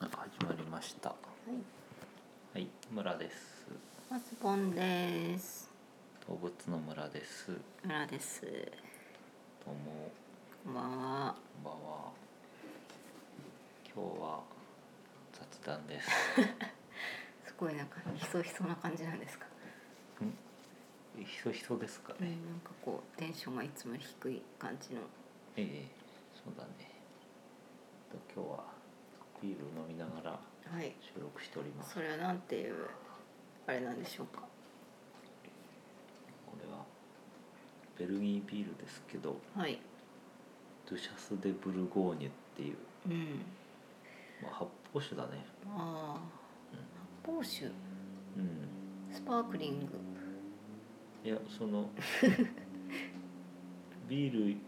あ始まりましたはい、はい村ですマスボンです。動物の村ですど村です。うもこんばんは。こんばんは今日は雑談 ですすごいなんかひそひそな感じなんですか。んひそひそですかうん、ね、なんかこうテンションがいつもより低い感じの。ええそうだねえっと今日はビール飲みながらはい。収録しておりますそれはなんていうあれなんでしょうか。これはベルギービールですけどはい。ドゥシャス・デ・ブルゴーニュっていう、うん。まあ、発泡酒だねああ、ポーシュ、うん、うんスパークリング。いやその ビー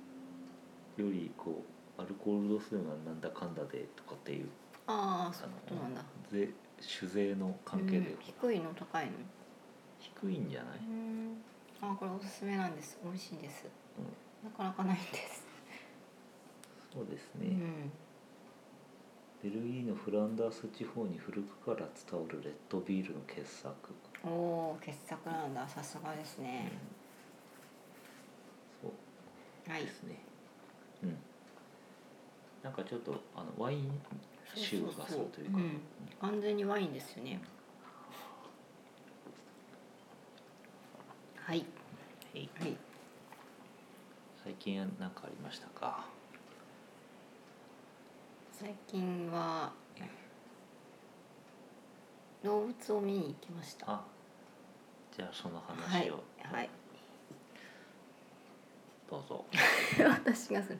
ルよりこうアルコール度数がなんだかんだでとかっていうああ、そういうことなんだ。ぜ酒税の関係でうん低いの高いの。低いんじゃない、うん。あ、これおすすめなんです。美味しいです。うんなかなかないんです。そうですうね、ん。ベルギーのフランダース地方に古くから伝わるレッドビールの傑作、おお、傑作なんだ。さすがですうんね。そうはいで。すねうんなんかちょっとあのワイン臭がするというかそうそうそううん完全にワインですよね。はい。はいはい。最近は何かありましたか最近は。動物を見に行きました。はあじゃあそのい話を。はい。 どうぞ、私がする。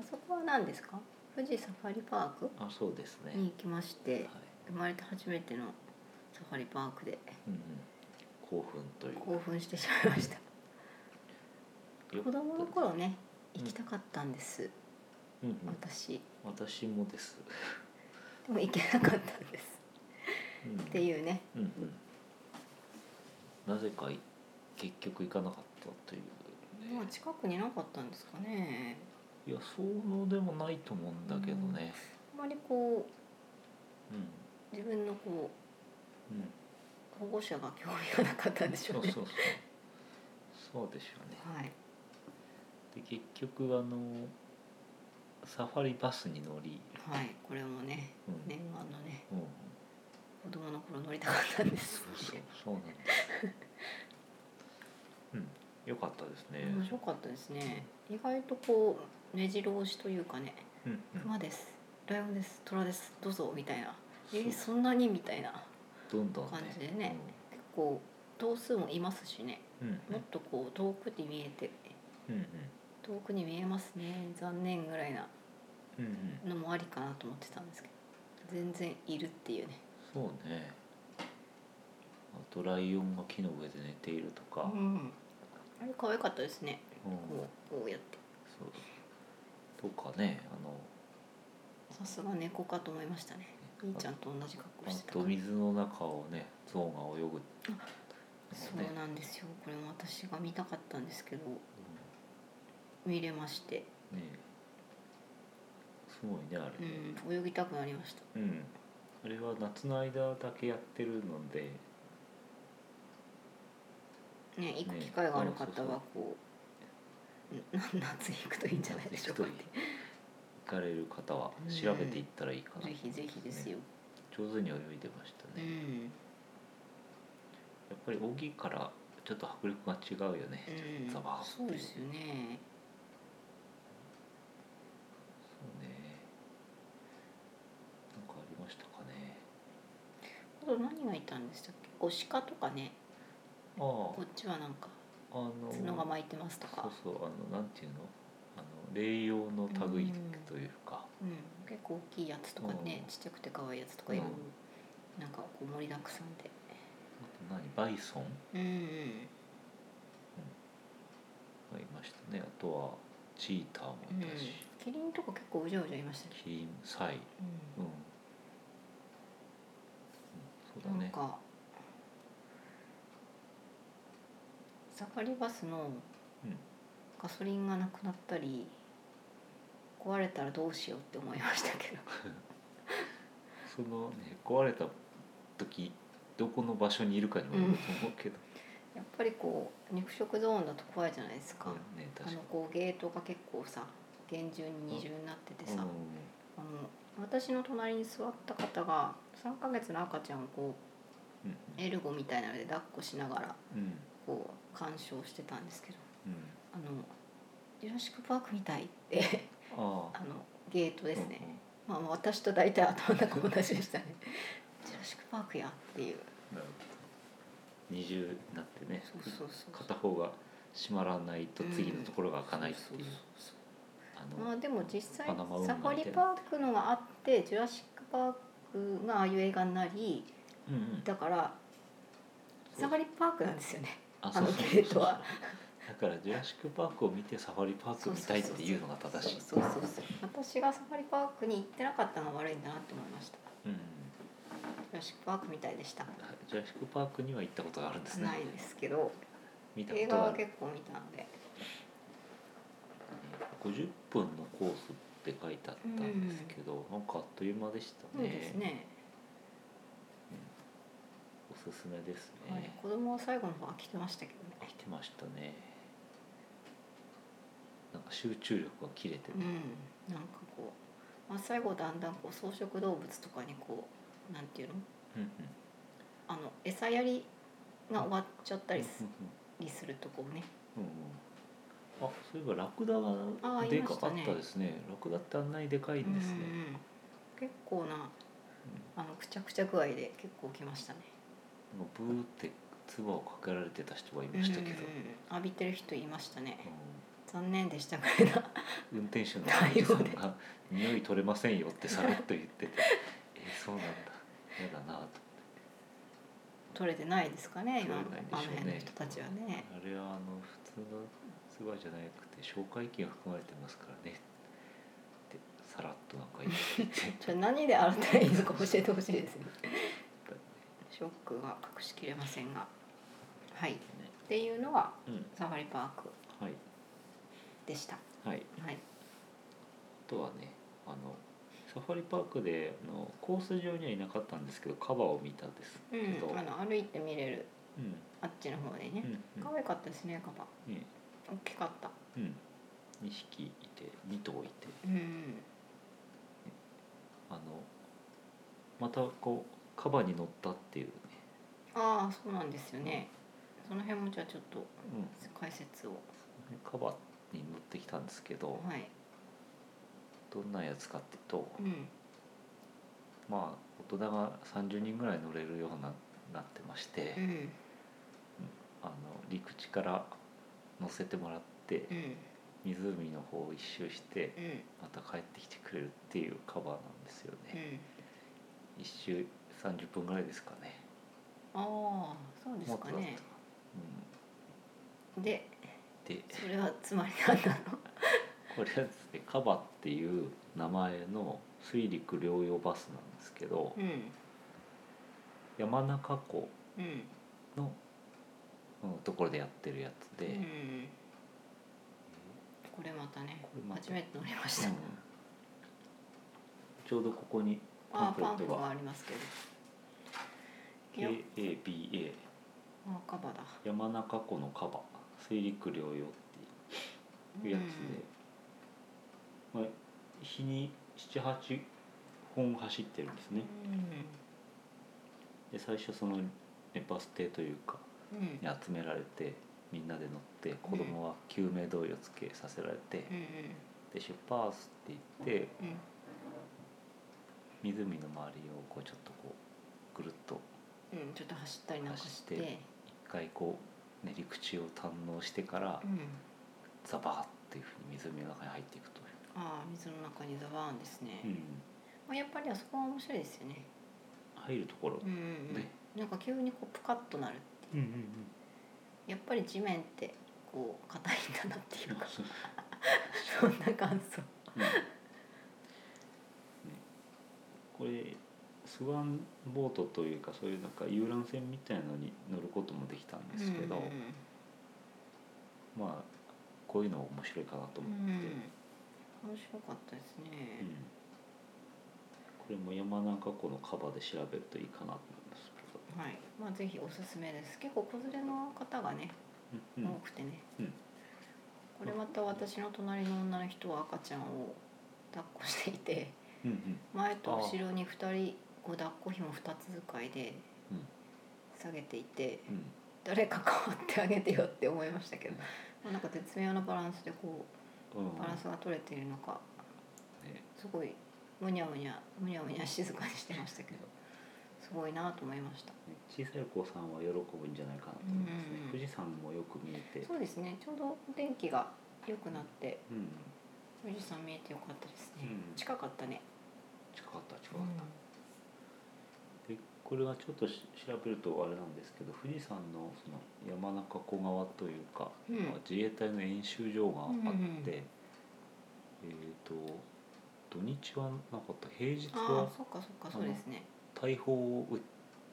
あそこは何ですか。富士サファリパーク。あそうですね、に行きましてはい。生まれて初めての。サファリパークで。うんうん、興奮という興奮してしまいました。よ子供の頃ね。うん行きたかったんです。うんうん、私。私もです、でも行けなかったんです。うん、っってう、いうね。んうん、なぜかい結局行かなかったというまあ近くになかったんですかね。いやそうでもないと思うんだけどねあまりこうん、う自分のこうんう保護者が興味がなかったんでしそうょそううね。そうそうでしょうねはい。で結局あのサファリバスに乗り、はい。これもねうん念願のねうん、子供の頃乗りたかったんですそう。そうそうなんです。うん、良かったですね。面白かったですね。意外とこう目白押しというかね。うんうん、熊です。ライオンです。虎です。どうぞみたいな。えそうー、そんなにみたいなどんどんね。感じでね結構頭数もいますしね。うん。うんもっとこう遠くに見えてうんうん遠くに見えますね。残念ぐらいな。うんうん。のもありかなと思ってたんですけど全然いるっていうねそうね。あとライオンが木の上で寝ているとか。うん。んあれ可愛かったですねそうこうこうやってそう。とかね、あの。さすが猫かと思いましたね兄ちゃんと同じ格好してたかどら水の中をね、象が泳ぐ。そうなんですよこれも私が見たかったんですけどう見れましてんね。すごいね、あれ。うん泳ぎたくなりましたうん、あれは夏の間だけやってるので、ね行くね機会があるそ方うそうはこうな 夏に行くといいんじゃないでしょうか夏行くとい行かれる方はうん調べていったらいいかなとぜ思いますね、ひぜひですよ、上手に泳いでましたうね、んやっぱり大きいからちょっと迫力が違うよね、うんザバーそうですよねそうねなんかありましたかねあと何がいたんでしたっけこう鹿とかねあこっちはなんかああの角が巻いてますとか、そうそうあのなんていうのあの霊用の類というか、うん、結構大きいやつとかね、うんちっちゃくて可愛いやつとかいろいろ、なんかこう盛りだくさんであと何バイソンうんうんがいましたねあとはチーターもうんいたし、キリンとか結構うじゃうじゃいましたね、キリンサイうん、うん、そうだうん、なんねかサファリバスのうんガソリンがなくなったり壊れたらどうしようって思いましたけどそのね壊れた時どこの場所にいるかにもよると思うけど、やっぱりこう肉食ゾーンだと怖いじゃないですか、 ねあ確のかこうゲートが結構さ厳重に二重になっててにさ、あの私の隣に座った方が3ヶ月の赤ちゃんをこうんうエルゴみたいなので抱っこしながらうんうんこう鑑賞してたんですけどうん「あのジュラシック・パークみたい」って あああのゲートですね、うんまあ、まあ私と大体頭の中同じでしたね 「ジュラシック・パークや」っていううんなるほど二重になってねそうそうそう片方が閉まらないと次のところが開かないっていう、そうそうあのまあでも実際パナマ運河サファリパークのがあってジュラシック・パークがああいう映画になりうんうんだからそうサファリパークなんですよねああのそうそうゲートはだからジュラシック・パークを見てサファリパークを見たいっていうのが正しいそうそうそうそう私がサファリパークに行ってなかったのが悪いんだなと思いましたうんうんジュラシックパークみたいでしたはいジュラシック・パークには行ったことがあるんですねないですけど見たこ映と画がはある結構見たんで50分のコースって書いてあったんですけど、なんかあっという間でしたそうねですね、おすすめですね、はい、子供は最後の方は来てましたけ飽きてましたねなんか集中力が切れててどねうんなんかこう、まあ、最後だんだんこう草食動物とかにこうなんていうのうんうんあの餌やりが終わっちゃったりすうんりするとこうねうんうんうんあそういえばラクダあがーでいまかしかたっねたですねラクダってあんなにでかいんですね、うんうん結構なあのくちゃくちゃ具合で結構来ましたねうんなんかブーって唾をかけられてた人がいましたけど、うんうんうん浴びてる人いましたねう残念でしたぐらいなん運転手の対応でおじさんが「匂い取れませんよ」ってさらっと言っててえーそうなんだ嫌だなと 取れてないですかね今の取れないでしょうあのね辺の人たちはねあれはあの普通の唾じゃなくて消化液が含まれてますからねってさらっとなんか言っててじゃあ何で洗ったらいいのか教えてほしいですね ショックが隠しきれませんがはいっていうのがうんサファリパークはいでしたはいはいあとはねあのサファリパークであのコース上にはいなかったんですけどカバーを見たんですうけど、うんんあの歩いて見れるあっちの方でうんねうん可愛かったですねカバね大きかったうん、2匹いて2頭いてうんあのまたこうカバに乗ったっていうね、ああそうなんですよねその辺もじゃあちょっとうん、解説をカバに乗ってきたんですけどはいどんなやつかっていうとうんまあ大人が30人ぐらい乗れるようにななってまして、うんあの陸地から乗せてもらってうん湖の方を一周してうんまた帰ってきてくれるっていうカバーなんですようね、ん一周30分ぐらいですかねああそうですかもっとだねったかなでうん、でそれはつまり何なのこれはですねカバっていう名前の水陸両用バスなんですけど、うん山中湖うんの、うん、ところでやってるやつで、ううんんこれまたねこれまた初めて乗りましたちょうどここにパあンあフレパンッフトががありますけ「どいや KABA あカバだ山中湖のカバ水陸両用」っていうやつで、まあ、日に78本走ってるんですうんね。で最初そのねバス停というかうんうんに集められてみんなで乗って子供は救命胴衣をつけさせられてうんで出発って言ってうんうん湖の周りをこうちょっとこうぐるっとうんちょっと走ったりなんかして走って一回こうね陸地を堪能してからうんザバーっていうふうに湖の中に入っていくとああ水の中にザバーンですね、いう、まあ、やっぱりあそこが面白いですよね入るところ、うんうんねうんなんか急にこうプカッとなるっていううんうんやっぱり地面ってこう硬いんだな っていうかそうそんな感想うんね、これスワンボートというかそういうなんか遊覧船みたいのに乗ることもできたんですけど、まあこういうの面白いかなとうん思って、面白かったですうんね、これも山中湖のカバで調べるといいかなと思いますけどはい、まあぜひおすすめです。結構子連れの方がね、うんうん多くてね。うんこれまた私の隣の女の人は赤ちゃんを抱っこしていて、うんうん前と後ろに二人こう抱っこ紐二つ使いでうん下げていて、うん誰か変わってあげてよって思いましたけど、まあなんか絶妙なバランスでこうんうバランスが取れているのか、ねすごいむにゃむにゃむにゃむにゃ静かにしてましたけど、すごいなと思いました。小さいお子さんは喜ぶんじゃないかなと思いますねうんうん、うん富士山もよく見えてそうですね。ちょうどお天気が良くなってうんうん富士山見えて良かったですね。うん近かったね。近かった近かった、でこれはちょっとし調べるとあれなんですけど富士山のその山中湖側というか、うんまあ自衛隊の演習場があって、うんうんえっ、と土日はなかった平日あはあ、そっかそっかそうですね。大砲を撃っ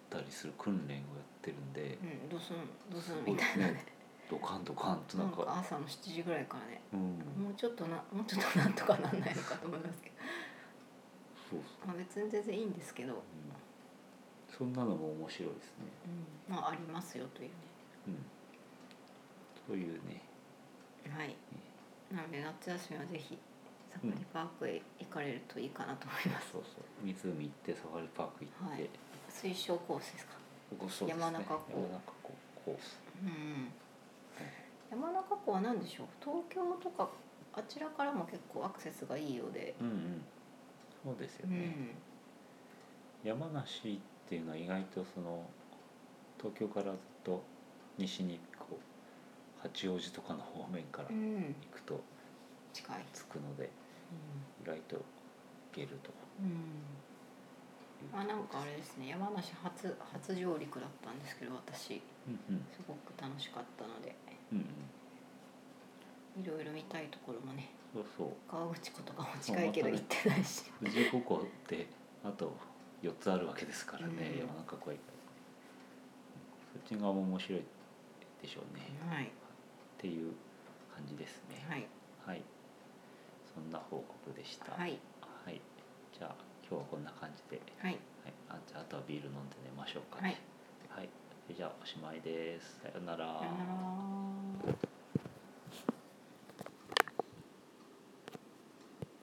たりする訓練をやってるんでうん、ドスンドスすンごいみたいなね。ドカンドカンとななんんかか朝の7時ぐらいからね。うんもうちょっとな もうちょっとなんとかなんないのかと思いますけど、 そうそう、まあ別に全然いいんですけど、うん、うん、そんなのも面白いですね、まあありますよというね。うん、というねはい。なので夏休みはぜひサファリパークへ行かれるといいかなと思います。そうそう湖行ってサファリパーク行って、はい推奨コースですか。ごそうですね山中湖山中湖コースうん山中湖は何でしょう東京とかあちらからも結構アクセスがいいようで、うんうんそうですよね、山梨っていうのは意外とその東京からずっと西にこう八王子とかの方面からう行ん、うん、くと近い、着くので意外と行けるとうんいうあなんかあれですね山梨初初上陸だったんですけど私うんうんすごく楽しかったのでうんうんいろいろ見たいところもねそうそう川口湖とかも近いけど行ってないし、富士五湖ってあと4つあるわけですからね、うん山中湖以外そっち側も面白いでしょうね、っはいていう感じですねはいはい、そんな報告でした。は、いはいじゃあ今日はこんな感じで、はい、はいあじゃああとはビール飲んで寝ましょうかはいね。はい、じゃあおしまいです。さようならさよなら